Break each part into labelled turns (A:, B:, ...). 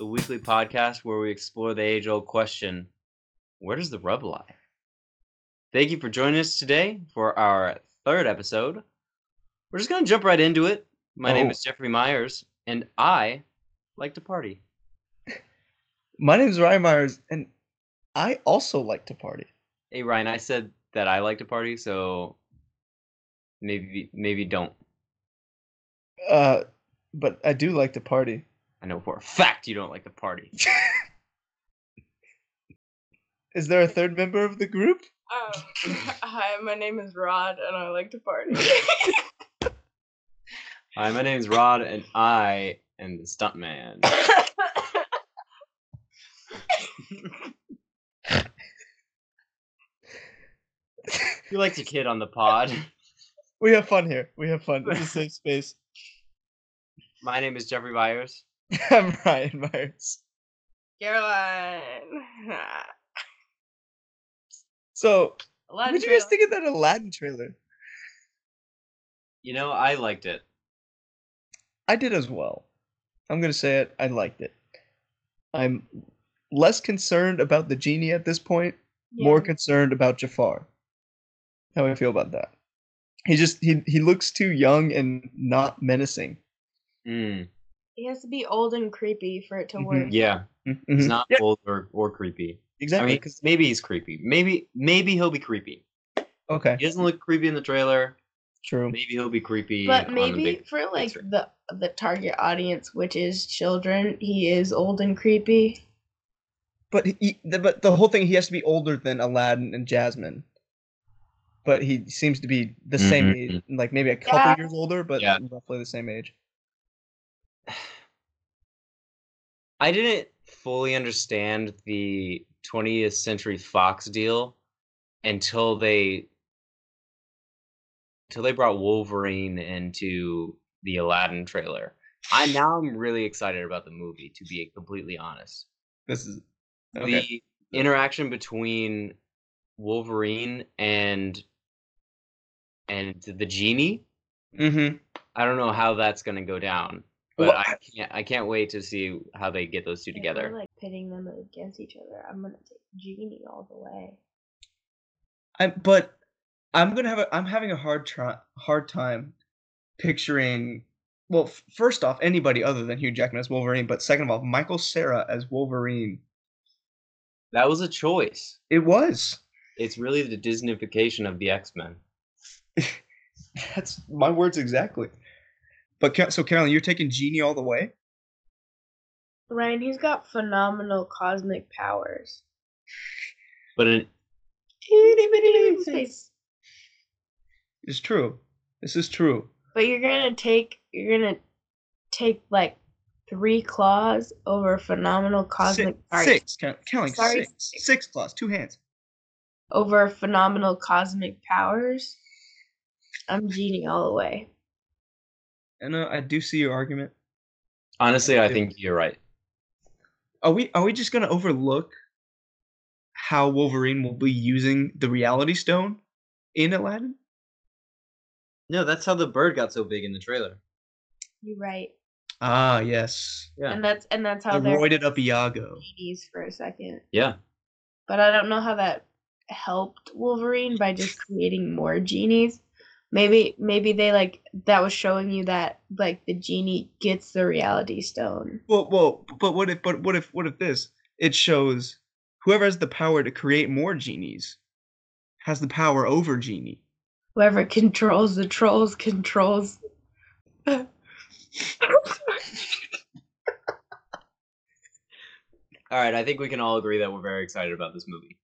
A: weekly podcast where we explore the age old question where does the rub lie? Thank you for joining us today for our third episode. We're just going to jump right into it. My name
B: Oh.
A: is Jeffrey Myers, and I like to party.
B: My name's Ryan Myers, and I also like to party.
A: Hey, Ryan, I said that I like to party, so maybe maybe don't.
B: Uh, but I do like to party.
A: I know for a fact you don't like to party.
B: Is there a third member of the group?
C: Um, hi, my name is Rod, and I like to party.
A: Hi, my name's Rod, and I am the stuntman. You like to kid on the pod.
B: We have fun here. We have fun. It's a safe space.
A: My name is Jeffrey Byers.
B: I'm Ryan Myers.
C: Caroline.
B: So, what
C: Aladdin
B: did you guys
C: trailer.
B: think of that Aladdin trailer?
A: You know, I liked it.
B: I did as well. I'm gonna say it. I liked it. I'm less concerned about the genie at this point.
C: Yeah.
B: more concerned about Jafar. How I feel about that. He just he he looks too young and not menacing.
A: Mm,
C: He has to be old and creepy for it to
B: Mhm.
C: work.
A: yeah, he's
B: Mhm.
A: not
B: Yeah,
A: old or, or creepy. I
B: exactly.
A: mean, because maybe he's creepy. Maybe maybe he'll be creepy.
B: okay,
A: He doesn't look creepy in the trailer.
B: true.
A: Maybe he'll be creepy.
C: But
A: on the
C: maybe
A: big-
C: for like
A: screen.
C: the the target audience, which is children, he is old and creepy.
B: But he, the, but the whole thing he has to be older than Aladdin and Jasmine. But he seems to be the same
A: Mhm.
B: age, like maybe a couple
C: Yeah.
B: years older, but
A: Yeah.
B: roughly the same age.
A: I didn't fully understand the 20th Century Fox deal until they until they brought Wolverine into the Aladdin trailer. I now I'm really excited about the movie to be completely honest.
B: This is okay.
A: The interaction between Wolverine and and the genie,
B: mm-hmm.
A: I don't know how that's going to go down, but
B: Well,
A: I can't I can't wait to see how they get those two
C: If we're,
A: together.
C: like pitting them against each other. I'm gonna take Genie all the way.
B: I, but I'm gonna have a I'm having a hard try, hard time picturing. Well, f- first off, anybody other than Hugh Jackman as Wolverine, but second of all, Michael Sarah as Wolverine.
A: That was a choice.
B: It was.
A: It's really the Disneyfication of the X Men.
B: That's my words exactly. But Ca- so Carolyn, you're taking Genie all the way.
C: Ryan, he's got phenomenal cosmic powers.
A: But in,
C: Space.
B: It's true. This is true.
C: But you're gonna take you're gonna take like three claws over phenomenal cosmic
B: six,
C: sorry,
B: six Ca- Carolyn,
C: Sorry,
B: six, six claws, two hands.
C: over phenomenal cosmic powers. I'm genie all the way.
B: And uh, I do see your argument.
A: honestly, I think you're right.
B: Are we are we just gonna overlook how Wolverine will be using the Reality Stone in Aladdin?
A: No, that's how the bird got so big in the trailer.
C: You're right.
B: Ah, yes,
A: Yeah.
C: And that's and that's
B: the
C: how they're
B: roided up Iago.
C: genies for a second.
A: Yeah.
C: But I don't know how that helped Wolverine by just creating more genies. Maybe maybe they like that was showing you that like the genie gets the reality stone.
B: Well, well, but what if? But what if? What if this? It shows whoever has the power to create more genies has the power over genie.
C: Whoever controls the trolls controls.
A: All right, I think we can all agree that we're very excited about this movie.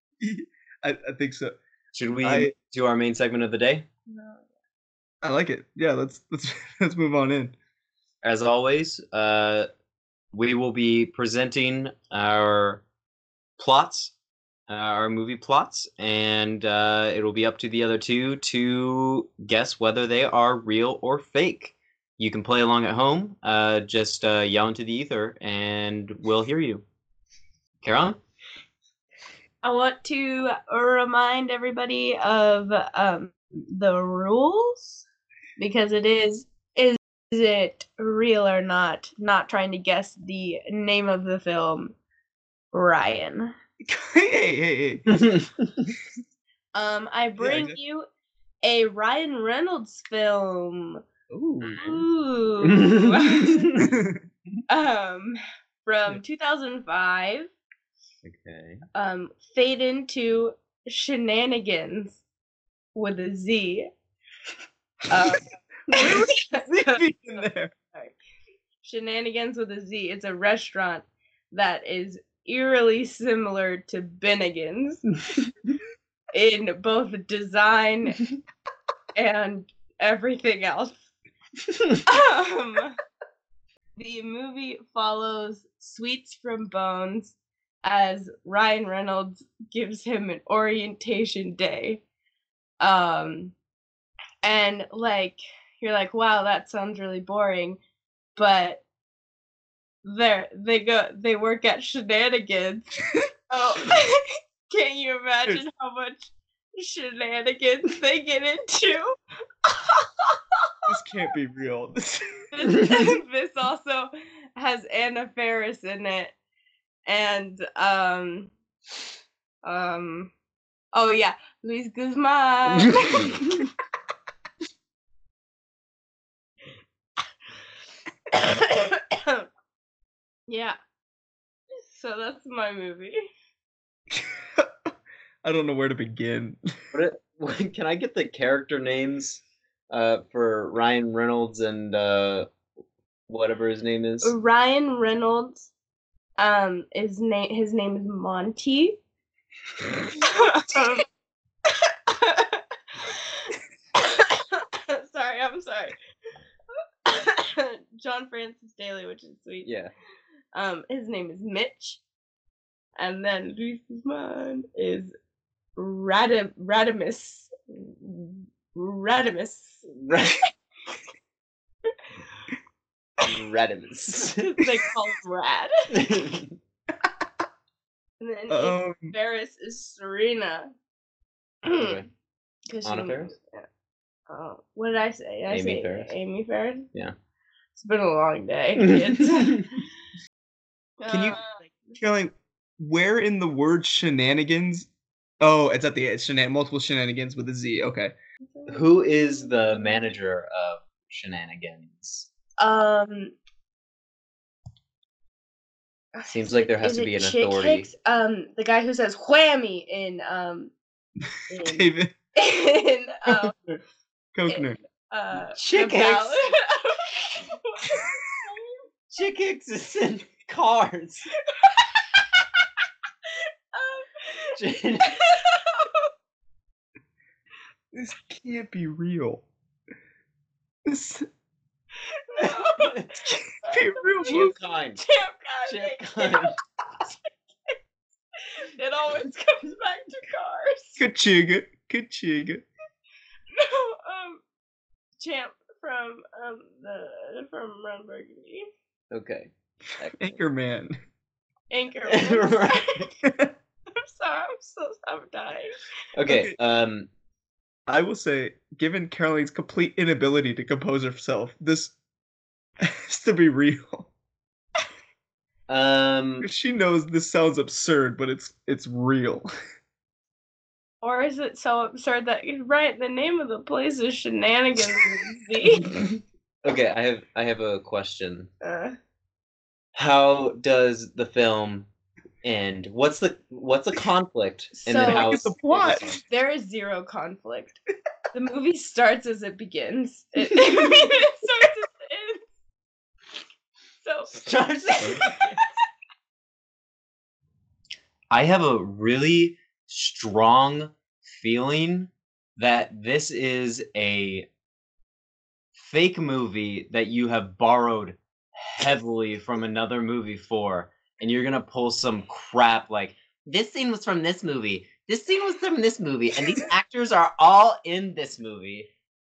B: I, I think so.
A: Should we
B: I-
A: do our main segment of the day?
B: I like it. Yeah, let's let's let's move on in.
A: As always, uh, we will be presenting our plots, uh, our movie plots, and uh, it'll be up to the other two to guess whether they are real or fake. You can play along at home. Uh, just uh, yell into the ether, and we'll hear you. Caroline,
C: I want to remind everybody of um, the rules because it is is it real or not? Not trying to guess the name of the film, Ryan.
B: hey, hey, hey.
C: Um, I bring
B: exactly.
C: you a Ryan Reynolds film.
B: Ooh.
C: Ooh. um, from 2005.
A: okay.
C: Um, fade into shenanigans with a Z. Um,
B: Zippy in there.
C: Shenanigans with a Z. It's a restaurant that is eerily similar to Bennigan's in both design and everything else. Um, the movie follows Sweets from Bones as Ryan Reynolds gives him an orientation day. Um, and like, you're like, wow, that sounds really boring but they're they go they work at shenanigans. oh, can you imagine how much shenanigans they get into?
B: This can't be real. This-
C: This, this also has Anna Faris in it, and um, um, oh yeah, Luis Guzman. yeah. So that's my movie.
B: I don't know where to begin.
A: What it- what- can I get the character names uh, for Ryan Reynolds and uh, whatever his name is?
C: Oh. Ryan Reynolds, um, is name his name is Monty. Um, sorry, I'm sorry. John Francis Daly, which is sweet.
A: Yeah.
C: Um, his name is Mitch, and then Luis Guzman is Radim Radimus. Radimus.
A: Radimus.
C: they call him Rad. And then Anna
B: Um,
C: Ferris is Serena.
A: Okay.
C: 'Cause
A: Anna
C: she-
A: Faris?
C: yeah. Uh, what did I say? Did I
A: Amy
C: say
A: Faris.
C: Amy Ferris.
A: Yeah.
C: It's been a long day. kids.
B: Can you-
C: Uh,
B: Kelly, where in the word shenanigans? Oh, it's at the it's shenan- multiple shenanigans with a Z. Okay.
A: Who is the manager of Shenanigans?
C: Um.
A: Seems like there has
C: is
A: to
C: it
A: be an
C: Chick
A: authority.
C: Hicks? Um, the guy who says whammy in um in,
B: David
C: in um,
B: Kochner.
C: uh
A: Chick
C: the
A: Hicks.
C: ballad-
A: Chick Hicks is in Cars.
C: Um,
A: Jen-
B: This can't be real. This can't be real.
A: Chip Kine.
C: Chip
A: Chip
C: Kine.
A: Kine.
C: It always comes back to cars.
B: Kachiga. Kachiga.
C: No, um, Champ from um the from Ron Burgundy.
A: Okay. Excellent.
B: Anchorman.
C: Anchor.
A: Right.
C: I'm sorry, I'm so I'm dying.
A: Okay. Um.
B: I will say, given Caroline's complete inability to compose herself, this has to be real.
A: Um.
B: She knows this sounds absurd, but it's it's real.
C: Or is it so absurd that right? The name of the place is Shenanigans. with a Z.
A: Okay. I have. I have a question.
C: uh,
A: How does the film end? What's the What's the conflict?
C: So-
A: how
B: Look at the
A: it
B: plot.
A: resolves?
C: there is zero conflict. The movie starts as it begins. It, it starts as it ends. So
A: I have a really strong feeling that this is a fake movie that you have borrowed heavily from another movie for, and you're gonna pull some crap like this scene was from this movie, this scene was from this movie, and these actors are all in this movie.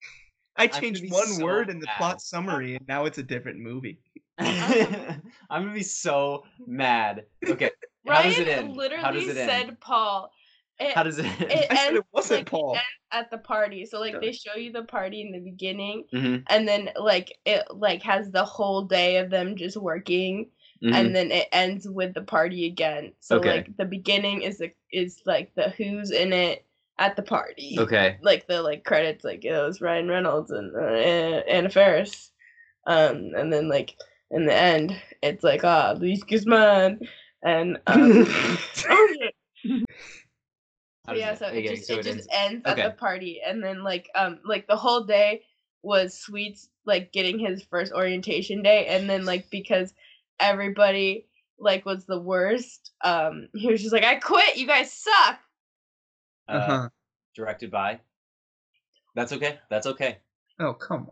B: I
A: gonna
B: changed
A: be
B: one
A: so
B: word in the
A: mad.
B: plot summary, and now it's a different movie.
A: I'm gonna be so mad. Okay. How does it
C: Ryan
A: end? How does
C: literally
A: it end?
C: said, "Paul, "Eh, It,
A: How does it?
C: it
B: I said
C: ends,
B: it wasn't
C: like,
B: Paul.
C: ends at the party. So like
B: Sure.
C: they show you the party in the beginning
B: Mm-hmm,
A: Mhm,
C: and then like it like has the whole day of them just working
B: mm-hmm.
A: mhm.
C: and then it ends with the party again. So
A: Okay.
C: like the beginning is the is like the who's in it at the party.
A: okay.
C: Like the like credits like it was Ryan Reynolds and uh, An- Anna Faris. Um and then like in the end it's like ah Luis Guzman and um oh, yeah.
A: How
C: But
A: does
C: yeah,
A: it-
C: so it
A: okay,
C: just
A: so
C: it,
A: it
C: just ends
A: Okay.
C: at the party, and then like um like the whole day was Sweets like getting his first orientation day, and then like because everybody like was the worst, um he was just like I quit, you guys suck.
A: Uh,
B: uh-huh.
A: Directed by. That's okay. That's okay.
B: Oh come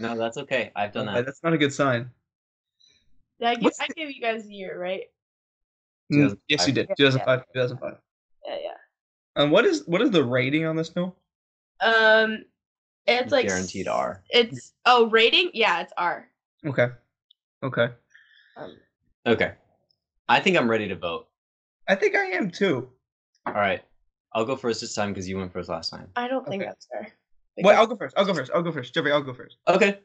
A: No, that's okay. I've
B: on.
A: done
B: Okay,
A: that.
B: That's not a good sign.
C: Did I give
B: What's
C: I gave you guys a year, right?
B: Mm, yes,
A: 2005.
B: you did.
C: Yeah, yeah.
B: 2005. 2005.
C: Yeah, yeah.
B: And what is what is the rating on this film?
C: Um, it's like
A: Guaranteed
C: s-
A: R.
C: It's oh rating, yeah, it's R.
B: Okay. Okay.
C: Um,
A: Okay. I think I'm ready to vote.
B: I think I am too.
A: All right. I'll go first this time because you went first last time.
C: I don't think
B: Okay.
C: that's fair.
B: Wait, I'll go first. I'll go first. I'll go first. Jeffrey, I'll go first.
A: Okay.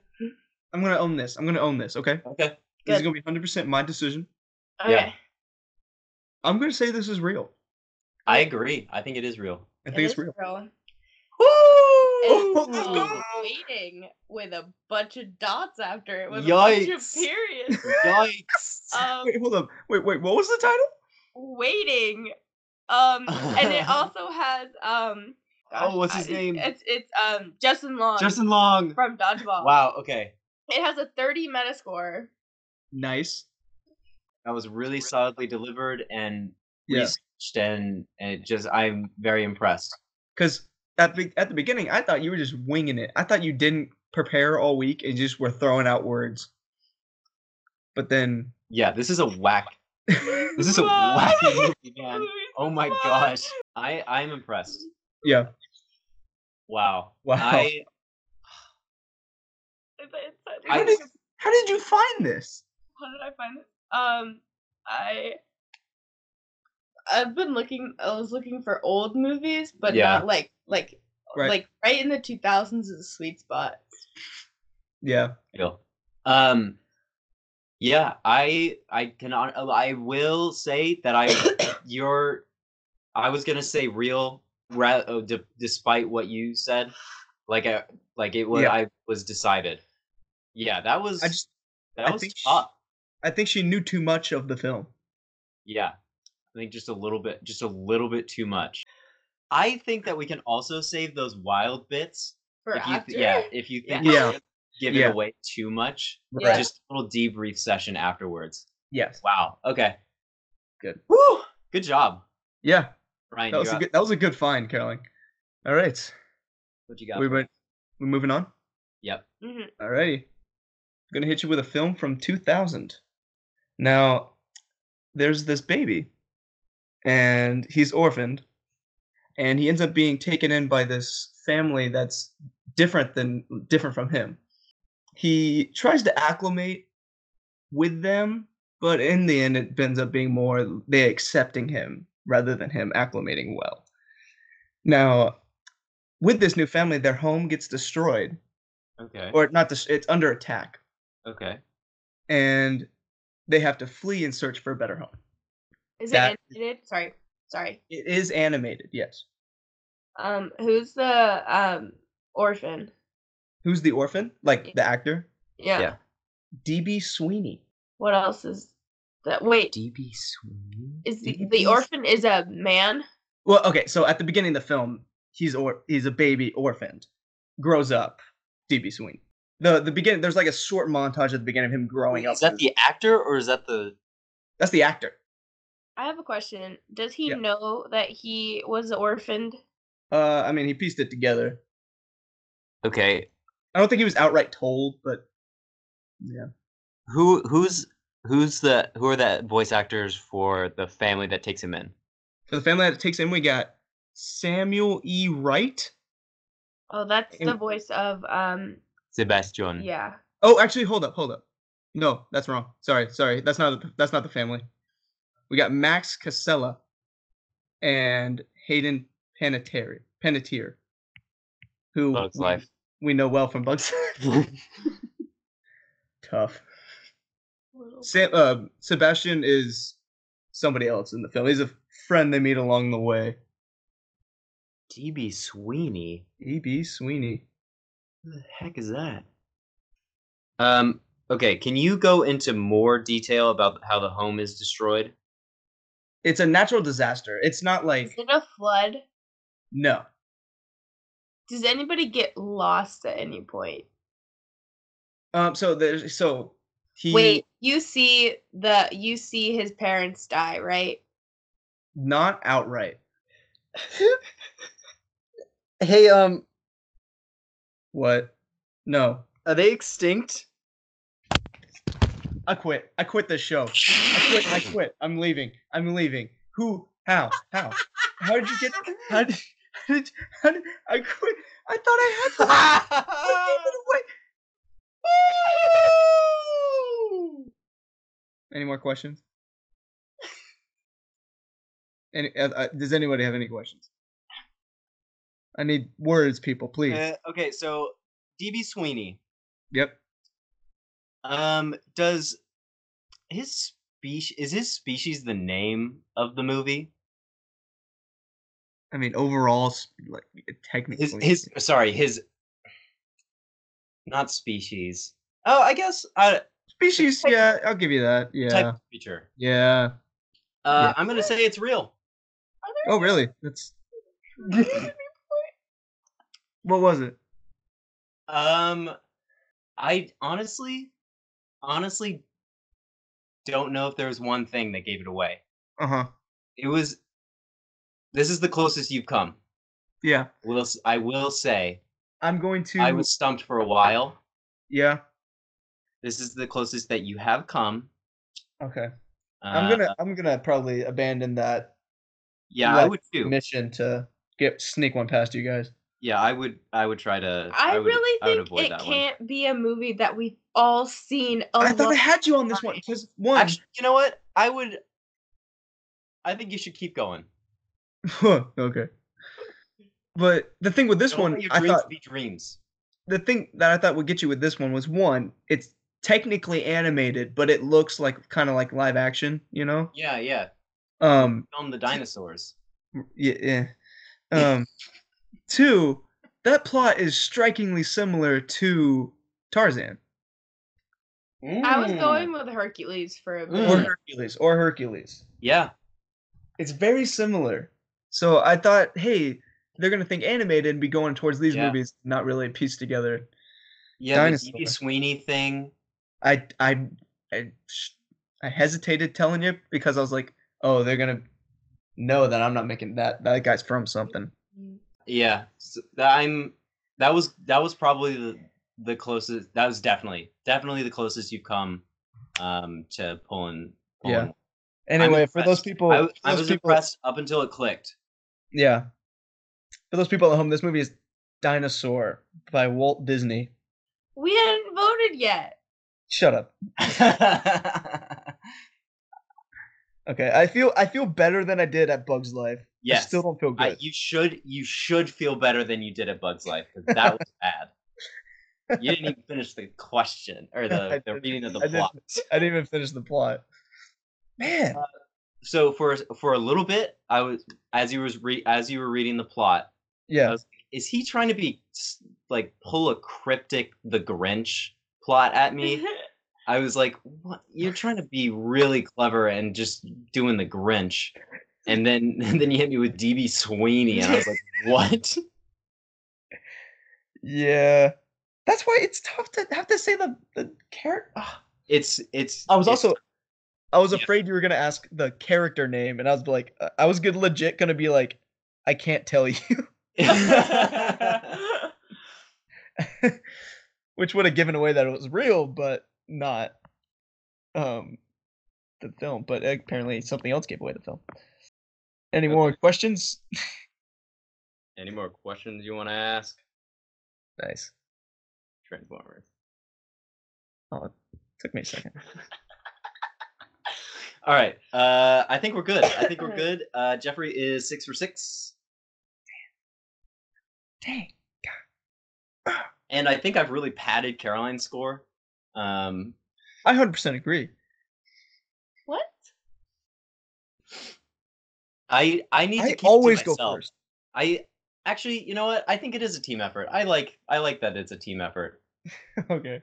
B: I'm gonna own this. I'm gonna own this. Okay.
A: Okay.
B: This is
C: Good.
B: gonna be 100 percent my decision.
C: Because-
A: yeah.
C: okay.
B: I'm gonna say this is real.
A: I agree. I think it is real.
B: I
C: It
B: think it's
C: is
B: real.
C: real.
B: Woo!
C: It's
A: Oh.
C: waiting with a bunch of dots after it with a bunch of
A: Yikes.
C: periods.
A: Yikes.
C: Um,
B: Wait, hold up. Wait, wait. What was the title?
C: waiting. Um, and it also has um.
A: Oh, what's his
C: I-
A: name?
C: It's it's um Justin Long
A: Justin Long.
C: from Dodgeball.
A: Wow. Okay.
C: It has a 30 Metascore.
B: Nice.
A: That was really solidly delivered and
B: Yeah.
A: researched, and, and it just I'm very impressed.
B: Because at the at the beginning, I thought you were just winging it. I thought you didn't prepare all week and just were throwing out words. But then,
A: Yeah, this is a whack. This is a
C: Wow.
A: wacky movie, man.
C: Louis
A: Oh my
C: Vuitton.
A: gosh. I I'm impressed.
B: yeah.
A: Wow.
B: Wow.
A: I
C: It's- it's-
A: I-
B: how, did, how did you find this?
C: how did I find this? Um, I I've been looking. I was looking for old movies, but
A: Yeah.
C: not like like
B: Right.
C: like right in the two thousands is a sweet spot.
B: yeah.
A: feel. Um. Yeah, I I cannot. uh, I will say that I your I was gonna say real, ra- oh, d- despite what you said, like I like it was
B: Yeah.
A: I was decided. Yeah, that was
B: I just
A: that
B: I
A: was
B: think sh-
A: tough.
B: I think she knew too much of the film.
A: Yeah. I think just a little bit, just a little bit too much. I think that we can also save those wild bits.
C: For
A: if you
C: after,
A: th- yeah, if you think
B: Yeah.
A: you're
B: Yeah.
A: gonna give
B: Yeah.
A: it away too much,
C: Yeah.
A: just a little debrief session afterwards.
B: Yes.
A: Wow. Okay.
B: Good.
A: Woo! Good job,
B: Yeah.
A: Ryan.
B: That was
A: you're
B: a
A: up.
B: good that was a good find, Caroline. All right.
A: What you got?
B: We went we're moving on.
A: yep.
C: Mhm.
B: Alrighty. I'm gonna hit you with a film from 2000. Now, there's this baby, and he's orphaned, and he ends up being taken in by this family that's different than different from him. He tries to acclimate with them, but in the end, it ends up being more they accepting him rather than him acclimating well. Now, with this new family, their home gets destroyed
A: Okay.
B: or not this it's under attack
A: okay.
B: and they have to flee and search for a better home
C: Is
B: That-
C: it animated? Sorry, sorry.
B: it is animated yes
C: Um, who's the um orphan?
B: who's the orphan like the actor
C: Yeah.
A: Yeah.
B: db sweeney
C: What else is that? Wait,
A: DB Sweeney.
C: is the,
B: DB's
C: the orphan is a man?
B: well okay so at the beginning of the film he's or he's a baby orphaned grows up db sweeney the the beginning there's like a short montage at the beginning of him growing up
A: Is that the actor or is that the?
B: that's the actor
C: I have a question. Does he
B: Yeah.
C: know that he was orphaned?
B: uh i mean he pieced it together
A: Okay.
B: i don't think he was outright told but
A: Who who's who's the who are the voice actors for the family that takes him in?
B: for the family that takes in we got samuel e wright
C: Oh, that's the
B: And-
C: voice of um.
A: Sebastian.
C: Yeah.
B: Oh, actually, hold up, hold up. No, that's wrong. Sorry, sorry. That's not that's not the family. We got Max Casella and Hayden Panettiere, Panettiere, who
A: Bugs
B: we,
A: Life.
B: we know well from Bugs Life. Tough.
C: Little-
B: Sam, uh, Sebastian is somebody else in the film. He's a friend they meet along the way.
A: DB Sweeney.
B: E.B. E Sweeney.
A: Who the heck is that? Um. Okay. Can you go into more detail about how the home is destroyed?
B: It's a natural disaster. It's not
C: Is
B: like
C: it a flood?
B: no.
C: Does anybody get lost at any point?
B: Um. So there's so he
C: Wait, you see the you see his parents die, right?
B: not outright.
A: Hey. Um.
B: What? No.
A: Are they extinct?
B: I quit. I quit this show. I quit. I quit. I'm leaving. I'm leaving. Who? How? How? How did you get? How did? How did? How did I quit. I thought I had. something.
A: Uh,
B: I gave it away. Any more questions? Any, uh, uh, does anybody have any questions? I need words, people, please.
A: Uh, okay. So DB Sweeney.
B: yep.
A: Um. Does his species is his species the name of the movie?
B: I mean, overall, s- like
A: his
B: technically,
A: his sorry his not species oh i guess uh
B: species. Yeah, I'll give you that. Yeah.
A: type of creature
B: Yeah.
A: uh
B: Yeah.
A: i'm gonna say it's real
B: Oh, really? That's what was it?
A: um i honestly honestly don't know if there was one thing that gave it away
B: Uh huh.
A: it was this is the closest you've come
B: Yeah.
A: will s- i will say
B: I'm going to.
A: i was stumped for a while
B: Yeah.
A: this is the closest that you have come
B: Okay.
A: uh,
B: I'm gonna. I'm gonna probably abandon that
A: yeah i
B: like,
A: would too
B: mission to get sneak one past you guys.
A: yeah i would i would try to
C: I,
A: would-
C: really
A: I would
C: think
A: avoid
C: it
A: that one.
C: can't be a movie that we've all seen. a
B: I thought I
C: lot.
B: had you on this one because one.
A: Actually, you know what? I would. I think you should keep going.
B: okay. But the thing with this
A: Don't let
B: one,
A: your
B: I
A: dreams
B: thought
A: be dreams.
B: the thing that I thought would get you with this one was one. It's technically animated, but it looks like kind of like live action. You know.
A: Yeah, yeah.
B: Um.
A: Film the dinosaurs.
B: Yeah. yeah. Um, two, that plot is strikingly similar to Tarzan Mm.
C: I was going with Hercules for a bit.
B: or
A: Mm.
B: Hercules or Hercules.
A: Yeah,
B: It's very similar. So I thought, hey, they're gonna think animated and be going towards these
A: Yeah.
B: movies, not really pieced together.
A: yeah.
B: Dinosaur.
A: The D.B. Sweeney thing.
B: I I I, I hesitated telling you because I was like, oh, they're gonna know that I'm not making that that guy's from something.
A: Yeah, so that I'm. That was that was probably the the closest. That was definitely definitely the closest you've come um to pulling. pulling.
B: Yeah. Anyway, for those
A: impressed.
B: people,
A: I, w-
B: for
A: I
B: those
A: was
B: people-
A: impressed up until it clicked.
B: Yeah. For those people at home, this movie is Dinosaur by Walt Disney.
C: We hadn't voted yet.
B: Shut up. Okay, I feel I feel better than I did at Bugs Life. I
A: yes.
B: still don't feel
A: I,
B: good.
A: you should you should feel better than you did at Bugs Life because that was bad. You didn't even finish the question or
B: I
A: the, the
B: didn't-
A: reading of the
B: I didn't.
A: plot.
B: I didn't even finish the plot. Man,
A: So for for a little bit, I was as you was re, as you were reading the plot.
B: yeah,
A: was- Is he trying to be s- like pull a cryptic The Grinch plot at
B: Mm-hmm.
A: me? I was like, what? You're trying to be really clever and just doing the Grinch, and then and then you hit me with DB Sweeney, and I was like, what?
B: yeah. That's why it's tough to have to say the the character.
A: It's it's.
B: I was
A: it's-
B: also, I was
A: Yeah.
B: afraid you were gonna ask the character name, and I was like, uh, I- I was good legit gonna be like, I can't tell you, which would have given away that it was real, but not, um, the film. But apparently something else gave away the film. Any more questions?
A: Any more questions you want to ask?
B: Nice.
A: Transformers.
B: Oh, Took me a second.
A: All right. Uh, I think we're good. I think we're good. Uh, Jeffrey is six for six.
B: Dang.
A: and I think I've really padded Caroline's score. Um,
B: I 100% agree.
C: What?
A: I I need to
B: I
A: keep
B: always
A: to
B: go
A: myself.
B: first.
A: I actually, you know what? I think it is a team effort. I like I like that it's a team effort.
B: okay.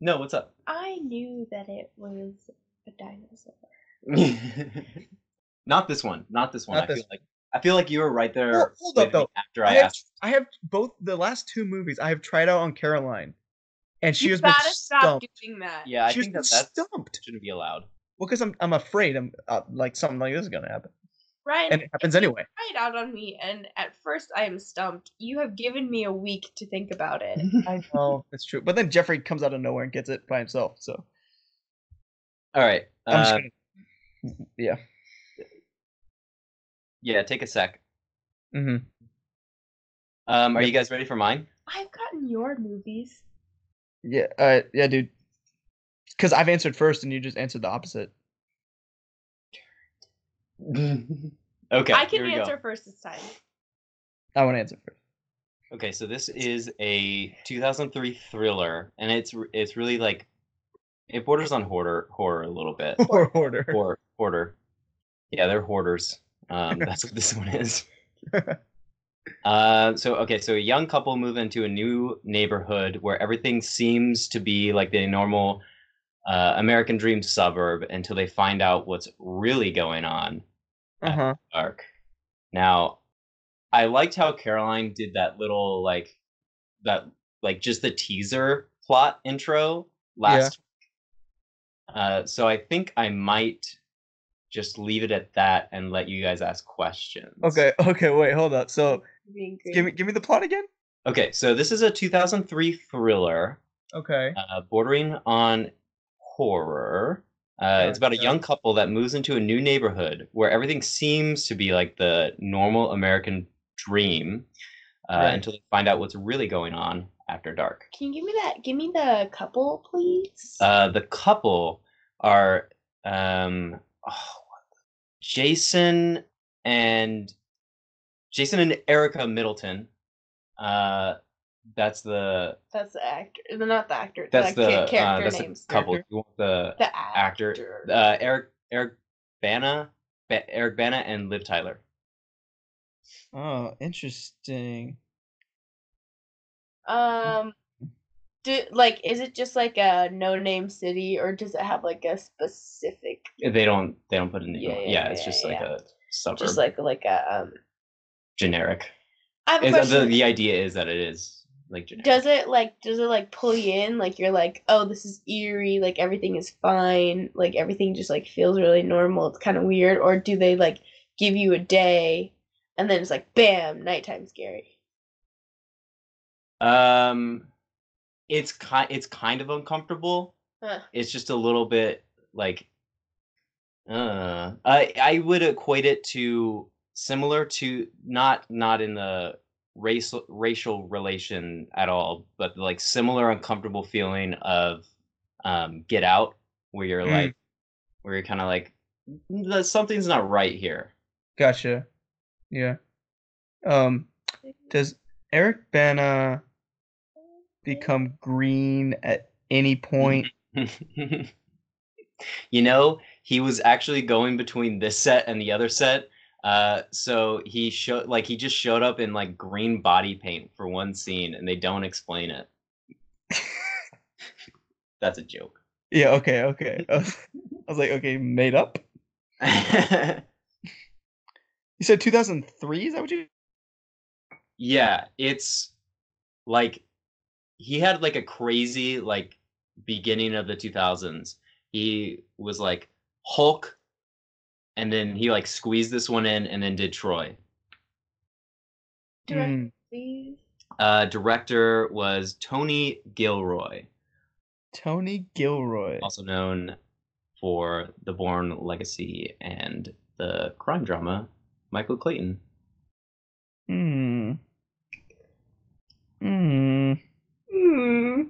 A: No, what's up?
C: I knew that it was a dinosaur.
A: not this one. Not this one.
B: Not
A: I
B: this
A: feel like I feel like you were right there
B: Well, hold up,
A: with me
B: though.
A: after
B: I
A: I,
B: have-
A: asked.
B: I have both the last two movies I have tried out on Caroline, and she
C: you
B: has been
C: gotta stop
B: stumped.
C: doing that.
A: Yeah, I
B: She's
A: think
B: been
A: that that
B: stumped.
A: shouldn't be allowed.
B: Well, because I'm I'm afraid I'm uh, like something like this is gonna happen,
C: Ryan,
B: and it happens anyway.
C: tried out on me, and at first I am stumped. You have given me a week to think about it.
A: Mm-hmm.
B: I know that's true. But then Jeffrey comes out of nowhere and gets it by himself. So
A: All right.
B: I'm just
A: uh,
B: gonna, yeah.
A: yeah, take a sec.
B: hmm
A: Um, are you guys ready for mine?
C: I've gotten your movies.
B: Yeah. All right. Yeah, dude. Because I've answered first, and you just answered the opposite.
A: okay.
C: I
A: here
C: can
A: we go.
C: answer first this time.
B: I want to answer first.
A: Okay, so this is a 2003 thriller, and it's r- it's really like it borders on horror horror a little bit.
B: Or order.
A: Or hoarder. Yeah, they're hoarders. Um, that's what this one is. Uh, so okay, so a young couple move into a new neighborhood where everything seems to be like the normal uh, American dream suburb until they find out what's really going on
B: Uh huh.
A: arc. Now, I liked how Caroline did that little like that like just the teaser plot intro last. Uh, so I think I might just leave it at that and let you guys ask questions.
B: Okay. Okay. Wait. Hold up. So
C: Being
B: give me give me the plot again.
A: Okay. So this is a 2003 thriller
B: Okay.
A: uh, bordering on horror. Uh, it's about a
B: Gotcha.
A: young couple that moves into a new neighborhood where everything seems to be like the normal American dream uh,
B: Right.
A: until they find out what's really going on after dark.
C: Can you give me that? Give me the couple, please.
A: Uh, the couple are um, oh, Jason and Jason and Erica Middleton. Uh, that's the
C: that's the actor. no, Not the actor.
A: that's
C: the,
A: the,
C: cha-
A: uh,
C: character
A: that's
C: names.
A: the couple.
B: Character.
A: You want the
C: The
A: actor,
C: actor.
A: uh, Eric Eric Bana, ba- Eric Bana, and Liv Tyler.
B: Oh, interesting.
A: uh,
C: um, do like is it just like a no-name city, or does it have like a specific,
A: Eh, They don't they don't put a name.
C: Yeah,
A: on it.
C: yeah,
A: yeah, it's
C: yeah,
A: just like
C: yeah.
A: a suburb,
C: just like like a um?
A: generic.
C: I have a
A: Is that the,
C: question.
A: the idea is that it is like generic.
C: does it like does it like pull you in? Like you're like, oh, this is eerie. Like everything is fine. Like everything just like feels really normal. It's kind of weird. Or do they like give you a day, and then it's like, bam, nighttime scary.
A: um, it's kind it's kind of uncomfortable.
C: Huh.
A: It's just a little bit like, uh, I I would equate it to similar to not not in the racial racial relation at all, but like similar uncomfortable feeling of um Get Out, where you're
B: Mm.
A: like, where you're kind of like, "Th- something's not right here.
B: Gotcha. Yeah. Um. Does Eric Bana become green at any point?
A: you know, he was actually going between this set and the other set. Uh, so he showed like he just showed up in like green body paint for one scene, and they don't explain it. That's a joke.
B: Yeah. Okay. Okay. I was, I was like, okay, made up. You said 2003. Is that what you?
A: yeah, it's like he had like a crazy like beginning of the 2000s. He was like Hulk, and then he like squeezed this one in, and then did Troy.
C: Direct,
B: Mm,
C: please.
A: Uh, director was Tony Gilroy,
B: Tony Gilroy.
A: also known for The Bourne Legacy and the crime drama Michael Clayton.
B: Hmm. Hmm.
C: Hmm.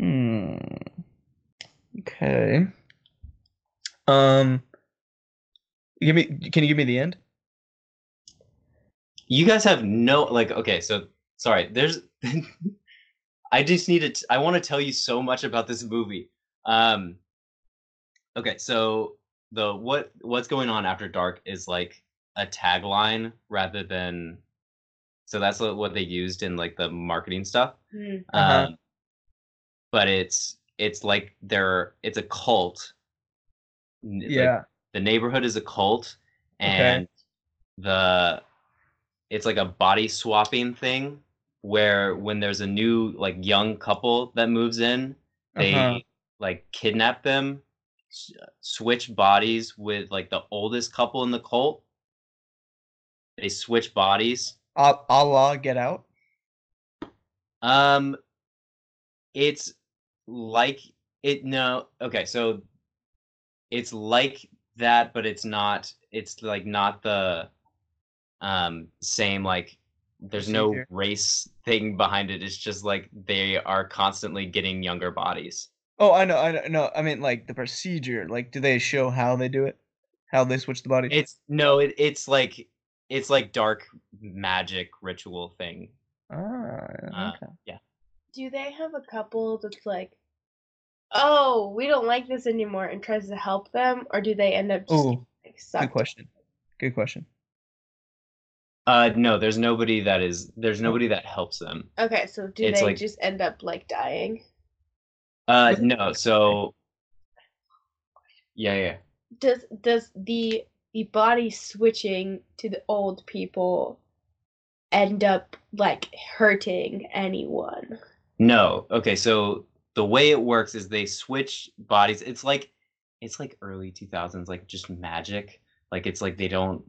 B: Hmm. Okay. Um. Give me. Can you give me the end?
A: you guys have no like okay so sorry there's i just need to t- i want to tell you so much about this movie um okay so the what what's going on after dark is like a tagline rather than so that's what what they used in like the marketing stuff
C: Mm.
B: Uh-huh.
A: um, but it's it's like they're it's a cult N- like,
B: yeah.
A: the neighborhood is a cult
B: Okay.
A: and the it's like a body swapping thing where when there's a new like young couple that moves in they
B: Uh-huh.
A: like kidnap them s- switch bodies with like the oldest couple in the cult they switch bodies
B: A- a la Get Out.
A: um, it's like it. No, okay. So it's like that, but it's not. It's like not the um same. Like there's no
B: Procedure.
A: race thing behind it. It's just like they are constantly getting younger bodies.
B: Oh, I know, I know. No, I mean like the procedure. Like, do they show how they do it? How they switch the body?
A: It's no. It, it's like it's like dark magic ritual thing.
B: ah,
A: Uh,
B: okay.
C: Do they have a couple that's like, oh, we don't like this anymore, and tries to help them, or do they end up just
B: Oh,
C: like
B: good
C: sucked?
B: question. Good question.
A: Uh, no. There's nobody that is. There's nobody that helps them.
C: Okay, so do
A: It's
C: they
A: like-
C: just end up like dying?
A: Uh,
B: Look-
A: no. So. Yeah, yeah.
C: Does does the the body switching to the old people end up like hurting anyone?
A: No. Okay, so the way it works is they switch bodies. It's like it's like early 2000s like just magic. Like it's like they don't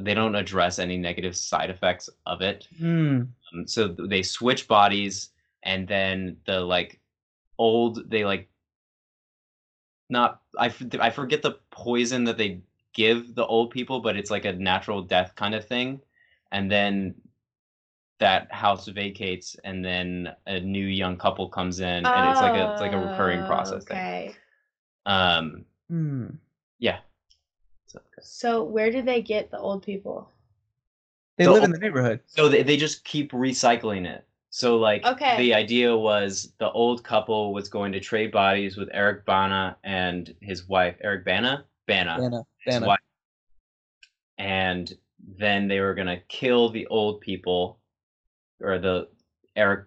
A: they don't address any negative side effects of it.
B: Hmm.
A: Um, so th- they switch bodies and then the like old they like not I f- I forget the poison that they give the old people, but it's like a natural death kind of thing. And then that house vacates and then a new young couple comes in and it's like a it's like a recurring
C: Oh,
A: process thing.
C: Okay.
A: Um
B: Hmm.
A: so,
C: So where do they get the old people?
B: They
A: The
B: live in
A: ol-
B: the neighborhood.
A: so they, they just keep recycling it. So like
C: Okay.
A: the idea was the old couple was going to trade bodies with Eric Bana and his wife Eric Bana Bana.
B: Dana.
A: his
B: Dana.
A: wife. And then they were gonna kill the old people, or the Eric.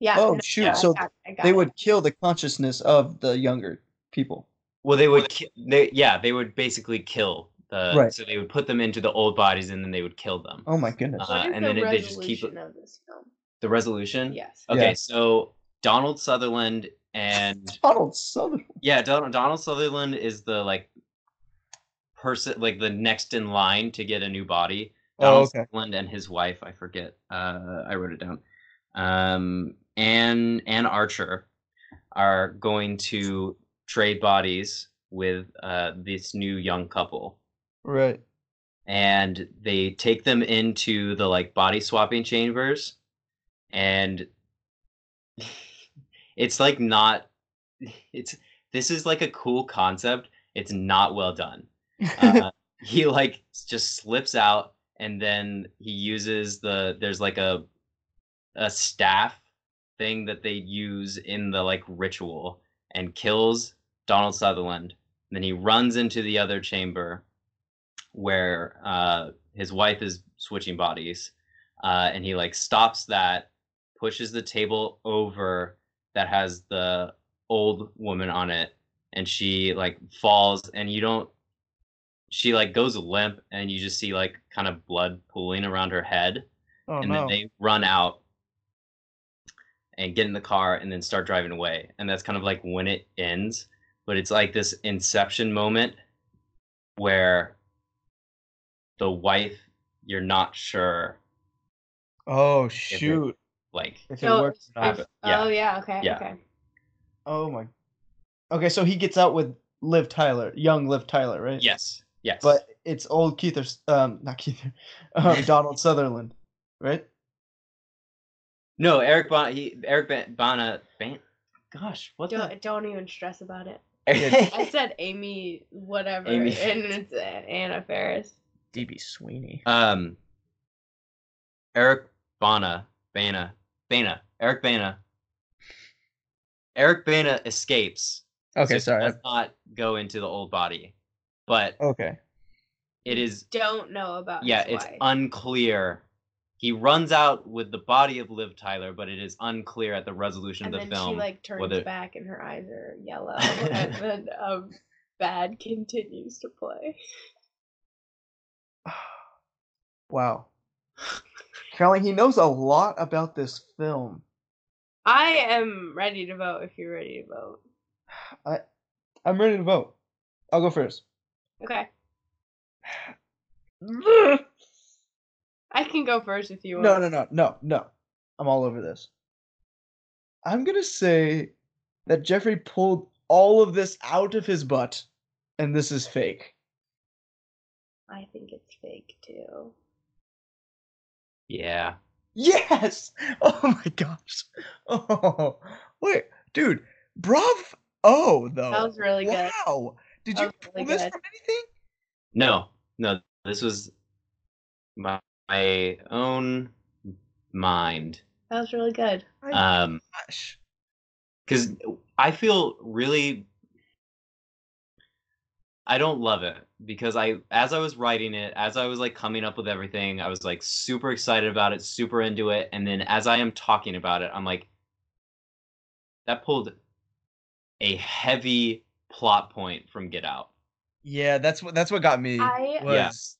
C: Yeah.
B: Oh
C: no,
B: shoot!
C: I
B: so
C: got- I got
B: they
C: it.
B: would kill the consciousness of the younger people.
A: Well, they would. Ki- they yeah, they would basically kill the.
B: Right.
A: So they would put them into the old bodies, and then they would kill them.
B: Oh my goodness.
A: Uh,
C: What is
A: and
C: the
A: then it- they just keep- Mm. Oh,
C: resolution of this film?
A: The resolution.
C: Yes.
A: Okay,
B: Yeah.
A: so Donald Sutherland and
B: Donald Sutherland.
A: yeah, Donald Donald Sutherland is the like person, like the next in line to get a new body.
B: Oh,
A: Donald
B: okay.
A: Sutherland and his wife, I forget. Uh, I wrote it down. Um, and and Archer are going to trade bodies with uh, this new young couple,
B: Right.
A: and they take them into the like body swapping chambers, and it's like not. It's this is like a cool concept. It's not well done uh, he like just slips out and then he uses the there's like a a staff thing that they use in the like ritual and kills Donald Sutherland. And then he runs into the other chamber where uh, his wife is switching bodies, uh, and he like stops that, pushes the table over that has the old woman on it, and she like falls, and you don't she like goes limp and you just see like kind of blood pooling around her head
B: Oh
A: and
B: no.
A: then they run out and get in the car and then start driving away and that's kind of like when it ends but it's like this inception moment where the wife you're not sure
B: oh shoot!
A: like
B: If it
C: So
B: works or not.
A: if- yeah.
C: Oh yeah. Okay.
A: Yeah.
C: Okay.
B: Oh my. Okay, so he gets out with Liv Tyler, young Liv Tyler, right?
A: yes yes
B: But it's old Keith or s- um not Keith, um, Donald Sutherland, right?
A: no eric bana he, eric Ba- bana Ban- gosh what the
C: Don't don't even stress about it. I
A: yeah.
C: said Amy whatever
A: Amy.
C: and it's uh, Anna Ferris.
B: DB Sweeney.
A: um Eric Bana. Bana. Bana. Eric Bana. Eric Bana escapes.
B: Okay,
A: so
B: sorry.
A: It does not go into the old body, but
C: Oh,
B: Okay.
A: it is
C: Don't know about.
A: yeah,
C: his
A: it's
C: wife.
A: unclear. He runs out with the body of Liv Tyler, but it is unclear at the resolution
C: and
A: of
C: then
A: the film.
C: she like turns
A: whether-
C: back and her eyes are yellow, and then um, bad continues to play.
B: Wow. Charlie, he knows a lot about this film.
C: I am ready to vote. If you're ready to vote,
B: I'm ready to vote. I'll go first.
C: okay. I can go first if you want.
B: No, no, no, no, no. I'm all over this. I'm going to say that Jeffrey pulled all of this out of his butt, and this is fake.
C: I think it's fake too.
A: yeah,
B: Yes! Oh my gosh. Oh, wait, dude. Bravo, though.
C: That was really good.
B: Wow. Did
C: That
B: you
C: was
B: pull
C: really
B: this
C: good.
B: from anything?
A: no, no. This was my, my own mind.
C: That was really good.
A: Um,
B: Gosh.
A: because I feel really I don't love it because I as I was writing it, as I was like coming up with everything, I was like super excited about it, super into it, and then as I am talking about it, I'm like that pulled a heavy plot point from Get Out.
B: Yeah, that's what that's what got me.
C: I-
B: was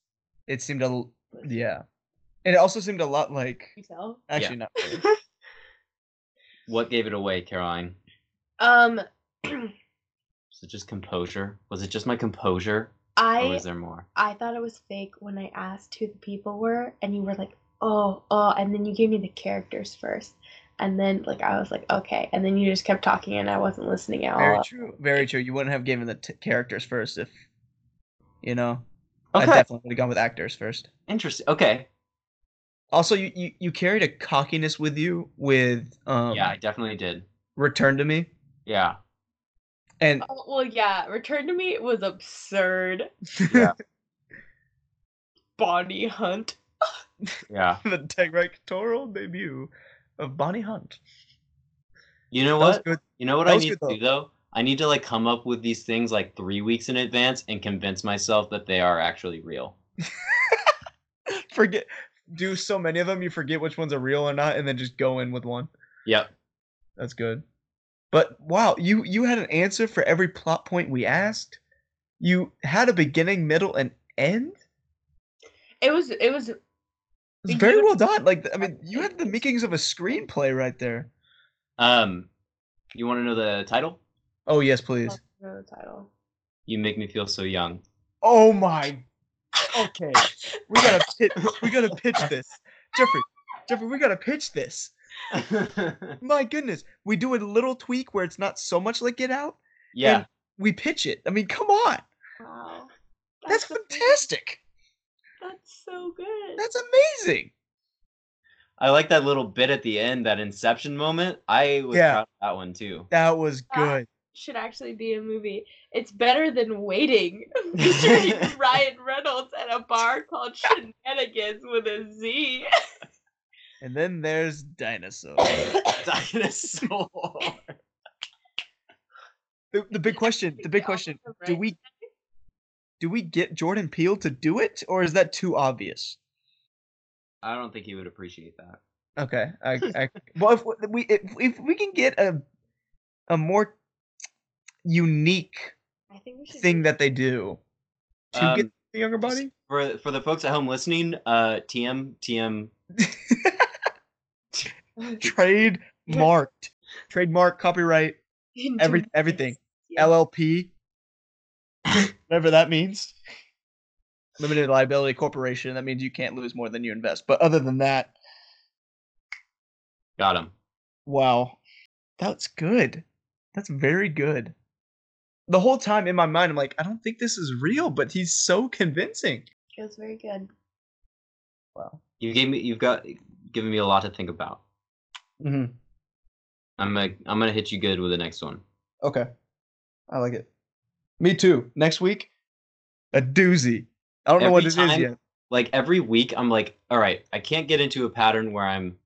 A: Yeah.
B: it seemed a l- yeah, and it also seemed a lot like
C: You tell.
B: actually not. really.
A: What gave it away, Caroline?
C: um,
A: Was it just composure? Was it just my composure? Or
C: I
A: was there more?
C: I thought it was fake when I asked who the people were, and you were like, oh, oh, and then you gave me the characters first. And then, like, I was like, okay. And then you just kept talking, and I wasn't listening at
A: Uh,
B: Very
C: all.
B: true. Very true. You wouldn't have given the t- characters first if you know. I
A: Okay.
B: definitely would have gone with actors first.
A: Interesting. Okay.
B: Also, you, you you carried a cockiness with you with um
A: yeah, I definitely did.
B: Return to Me,
A: Yeah.
B: and
A: Uh.
C: Oh, well, yeah, Return to Me was absurd.
A: Yeah.
C: Bonnie Hunt.
A: Yeah.
B: the directorial debut of Bonnie Hunt.
A: You know
B: That was
A: what?
B: good.
A: You know what
B: That
A: I
B: was
A: need
B: good,
A: to do though? I need to like come up with these things like three weeks in advance and convince myself that they are actually real.
B: Forget do so many of them you forget which ones are real or not, and then just go in with one.
A: Yep.
B: That's good. But wow, you you had an answer for every plot point we asked. You had a beginning, middle, and end.
C: It was, it was,
B: It's
C: You
B: very
C: would-
B: well done. Like I mean, you had the makings of a screenplay right there.
A: Um, you want to know the title?
B: Oh yes,
C: I
B: please.
C: don't know the title.
A: You make me feel so young.
B: Oh my. Okay, we gotta pit, we gotta pitch this, Jeffrey. Jeffrey, we gotta pitch this. My goodness, we do a little tweak where it's not so much like Get Out.
A: yeah.
B: And- We pitch it. I mean, come on,
C: Wow.
B: that's
C: so-
B: fantastic.
C: That's so good.
B: That's amazing.
A: I like that little bit at the end, that inception moment. I was
B: Yeah.
A: proud of that one too.
B: That was
C: Wow.
B: good.
C: should actually be a movie. It's better than Waiting, featuring Ryan Reynolds at a bar called Shenanigans with a Z.
B: And then there's dinosaur.
A: Dinosaur.
B: the, the big question. The big question. Do we do we get Jordan Peele to do it, or is that too obvious?
A: I don't think he would appreciate that.
B: Okay. I, I well, if we- we if, if we can get a a more unique
C: I think we should
B: thing
C: do-
B: that they do to
A: Um,
B: get the younger body.
A: for for the folks at home listening, uh, TM TM
B: Trade marked, trademark, copyright,
C: into
B: every-
C: this.
B: everything.
C: Yeah.
B: LLP, whatever that means. Limited liability corporation. That means you can't lose more than you invest. But other than that,
A: got him.
B: Wow. That's good. That's very good. The whole time in my mind, I'm like, I don't think this is real, but he's so convincing.
C: It was very good.
B: Wow.
A: You gave me. You've got given me a lot to think about.
B: Mm-hmm.
A: I'm gonna I'm gonna hit you good with the next one.
B: Okay. I like it. Me too. Next week, a doozy. I don't know
A: Every
B: what it is
A: time-
B: yet.
A: like every week I'm like, all right, I can't get into a pattern where I'm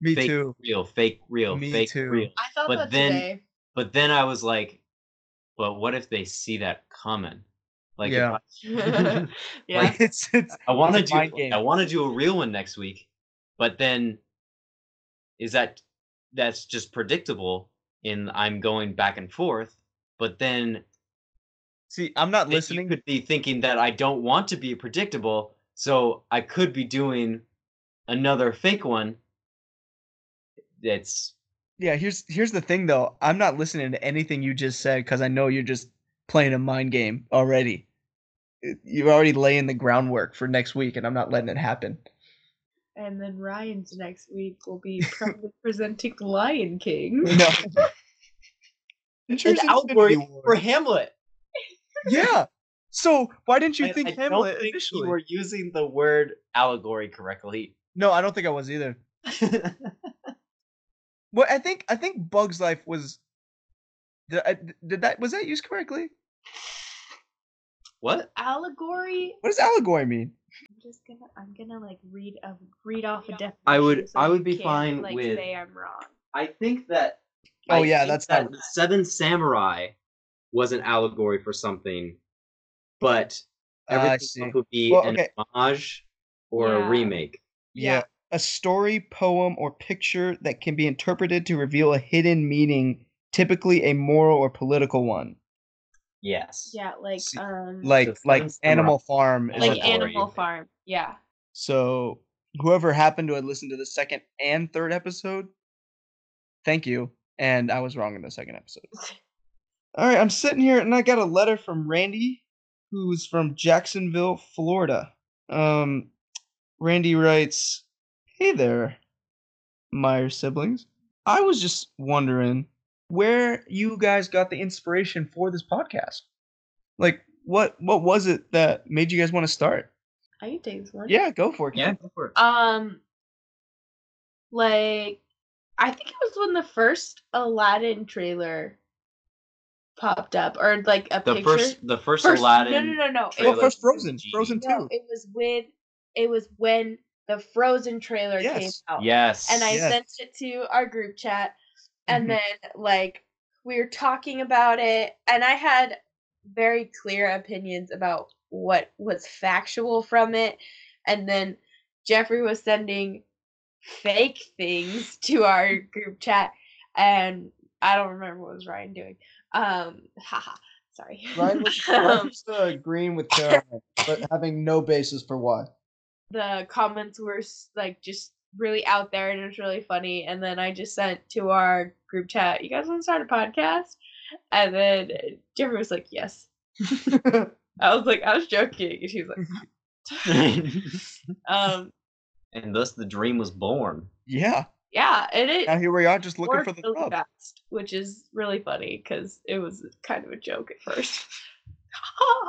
B: Me
A: fake
B: too.
A: real, fake real,
B: Me
A: fake
B: too.
A: real.
C: I thought
A: But
C: that
A: then-
C: today.
A: But then I was like, but what if they see that coming? Like, if
B: Yeah.
A: I,
C: yeah.
A: Like-
B: It's it's
A: I want to
B: It's a mind
A: do
B: game.
A: I want to do a real one next week, but then is that that's just predictable in I'm going back and forth, but then
B: see, I'm not
A: that you
B: listening.
A: could be thinking that I don't want to be predictable, so I could be doing another fake one. That's
B: Yeah, here's here's the thing though. I'm not listening to anything you just said because I know you're just playing a mind game already. It- You're already laying the groundwork for next week, and I'm not letting it happen.
C: And then Ryan's next week will be probably presenting Lion King.
B: No.
A: an outward for Hamlet.
B: Yeah. So why didn't you
A: I-
B: think
A: I don't
B: Hamlet
A: think
B: officially?
A: You were using the word allegory correctly.
B: No, I don't think I was either. Well, I think I think Bug's Life was. Did, I, did that was that used correctly?
A: what?
C: Allegory.
B: What does allegory mean?
C: I'm just gonna. I'm gonna like read a read off a definition.
A: I would-
C: so
A: I would
C: you
A: be
C: can't,
A: fine
C: like,
A: with-
C: Say I'm wrong.
A: I think that.
B: Oh,
A: I
B: yeah,
A: think
B: that's
A: that
B: not-
A: the Seven Samurai was an allegory for something, but everything
B: Ah, I
A: else
B: see.
A: would be
B: Well,
A: an
B: okay.
A: homage or
C: Yeah.
A: a remake.
B: Yeah. A story, poem, or picture that can be interpreted to reveal a hidden meaning, typically a moral or political one.
A: Yes.
C: Yeah, like
B: See,
C: um,
B: Like
A: Just
B: like
A: summarize.
B: Animal Farm is
A: Like
B: a-
A: allegory.
C: Animal Farm. Yeah.
B: So whoever happened to have listened to the second and third episode, thank you. And I was wrong in the second episode. All right, I'm sitting here and I got a letter from Randy, who's from Jacksonville, Florida. Um, Randy writes, "Hey there, Meyer siblings. I was just wondering where you guys got the inspiration for this podcast. Like, what what was it that made you guys want to start?
C: I can take this one.
B: Yeah, go for it. Ken.
A: Yeah. Go for it.
C: Um, like, I think it was when the first Aladdin trailer popped up, or like a
A: the
C: picture.
A: first, the first,
C: First-
A: Aladdin.
C: No, no, no, no. It
B: Well,
A: trailer
C: was,
B: first
A: for the
B: Frozen,
A: genie.
B: Frozen
C: no,
B: two.
C: it was with. It was when the Frozen trailer came
B: Yes.
C: out.
A: Yes.
C: and I
B: Yes.
C: sent it to our group chat. And
B: Mhm.
C: then, like, we were talking about it, and I had very clear opinions about what was factual from it. And then Jeffrey was sending fake things to our
B: Mm.
C: group chat, and I don't remember what was Ryan doing. Um, haha, sorry.
B: Ryan was,
C: Um,
B: Ryan was uh, agreeing with Caroline, but having no basis for why.
C: the comments were s- like just really out there and it was really funny. And then I just sent to our group chat, "You guys want to start a podcast?" And then Jeffrey was like, "Yes." I was like, "I was joking," and she was like, "Um,
A: and thus the dream was born.
B: Yeah.
C: yeah." And it
B: Now here we are, just looking
C: worked
B: for the
C: really
B: club.
C: fast, which is really funny because it was kind of a joke at first.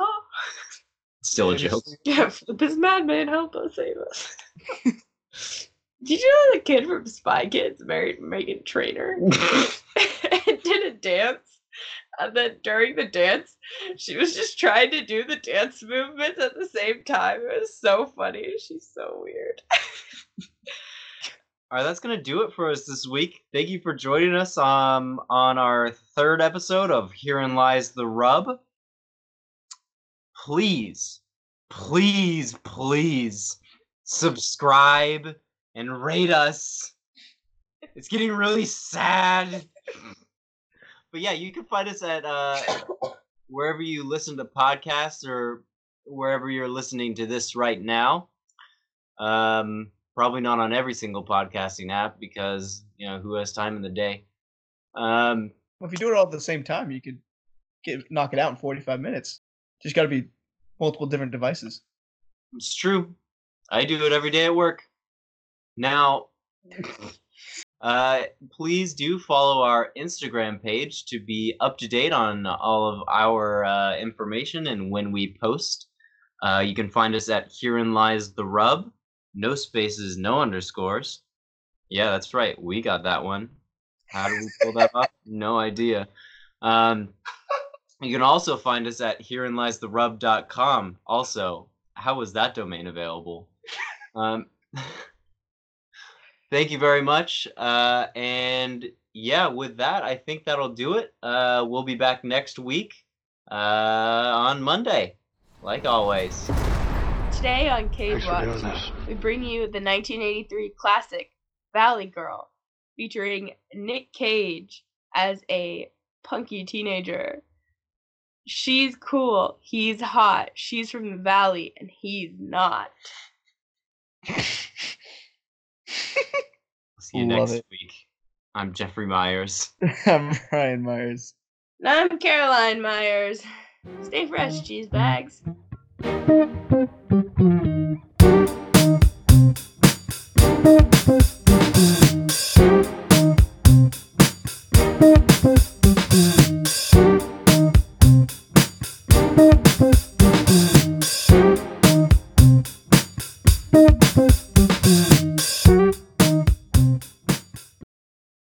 A: Still a joke.
C: Jeff, this madman help us save us. Did you know the kid from Spy Kids married Megan Trainor and did a dance? And then during the dance, she was just trying to do the dance movements at the same time. It was so funny. She's so weird.
A: All right, that's gonna do it for us this week. Thank you for joining us um, on our third episode of Herein Lies the Rub. Please, please, please subscribe and rate us. It's getting really sad. But yeah, you can find us at uh, wherever you listen to podcasts or wherever you're listening to this right now. Um, probably not on every single podcasting app because you know who has time in the day. Um,
B: Well, if you do it all at the same time, you could get, knock it out in 45 minutes. Just got to be multiple different devices.
A: it's true. I do it every day at work. Now, uh, please do follow our Instagram page to be up to date on all of our uh, information and when we post. Uh, you can find us at Herein Lies the Rub. No spaces, no underscores. Yeah, that's right. We got that one. How did we pull that off? No idea. Um, you can also find us at hereinliestherub.com. Also, how was that domain available? um, thank you very much. Uh, and yeah, with that, I think that'll do it. Uh, we'll be back next week uh, on Monday, like always.
C: Today on Cave
D: Thanks for doing
C: Watch,
D: this.
C: we bring you the 1983 classic Valley Girl, featuring Nick Cage as a punky teenager. She's cool, he's hot, she's from the Valley, and he's not.
A: See you
B: Love
A: next
B: it.
A: week. I'm Jeffrey Myers.
B: I'm Ryan Myers.
C: And I'm Caroline Myers. Stay fresh, cheese bags.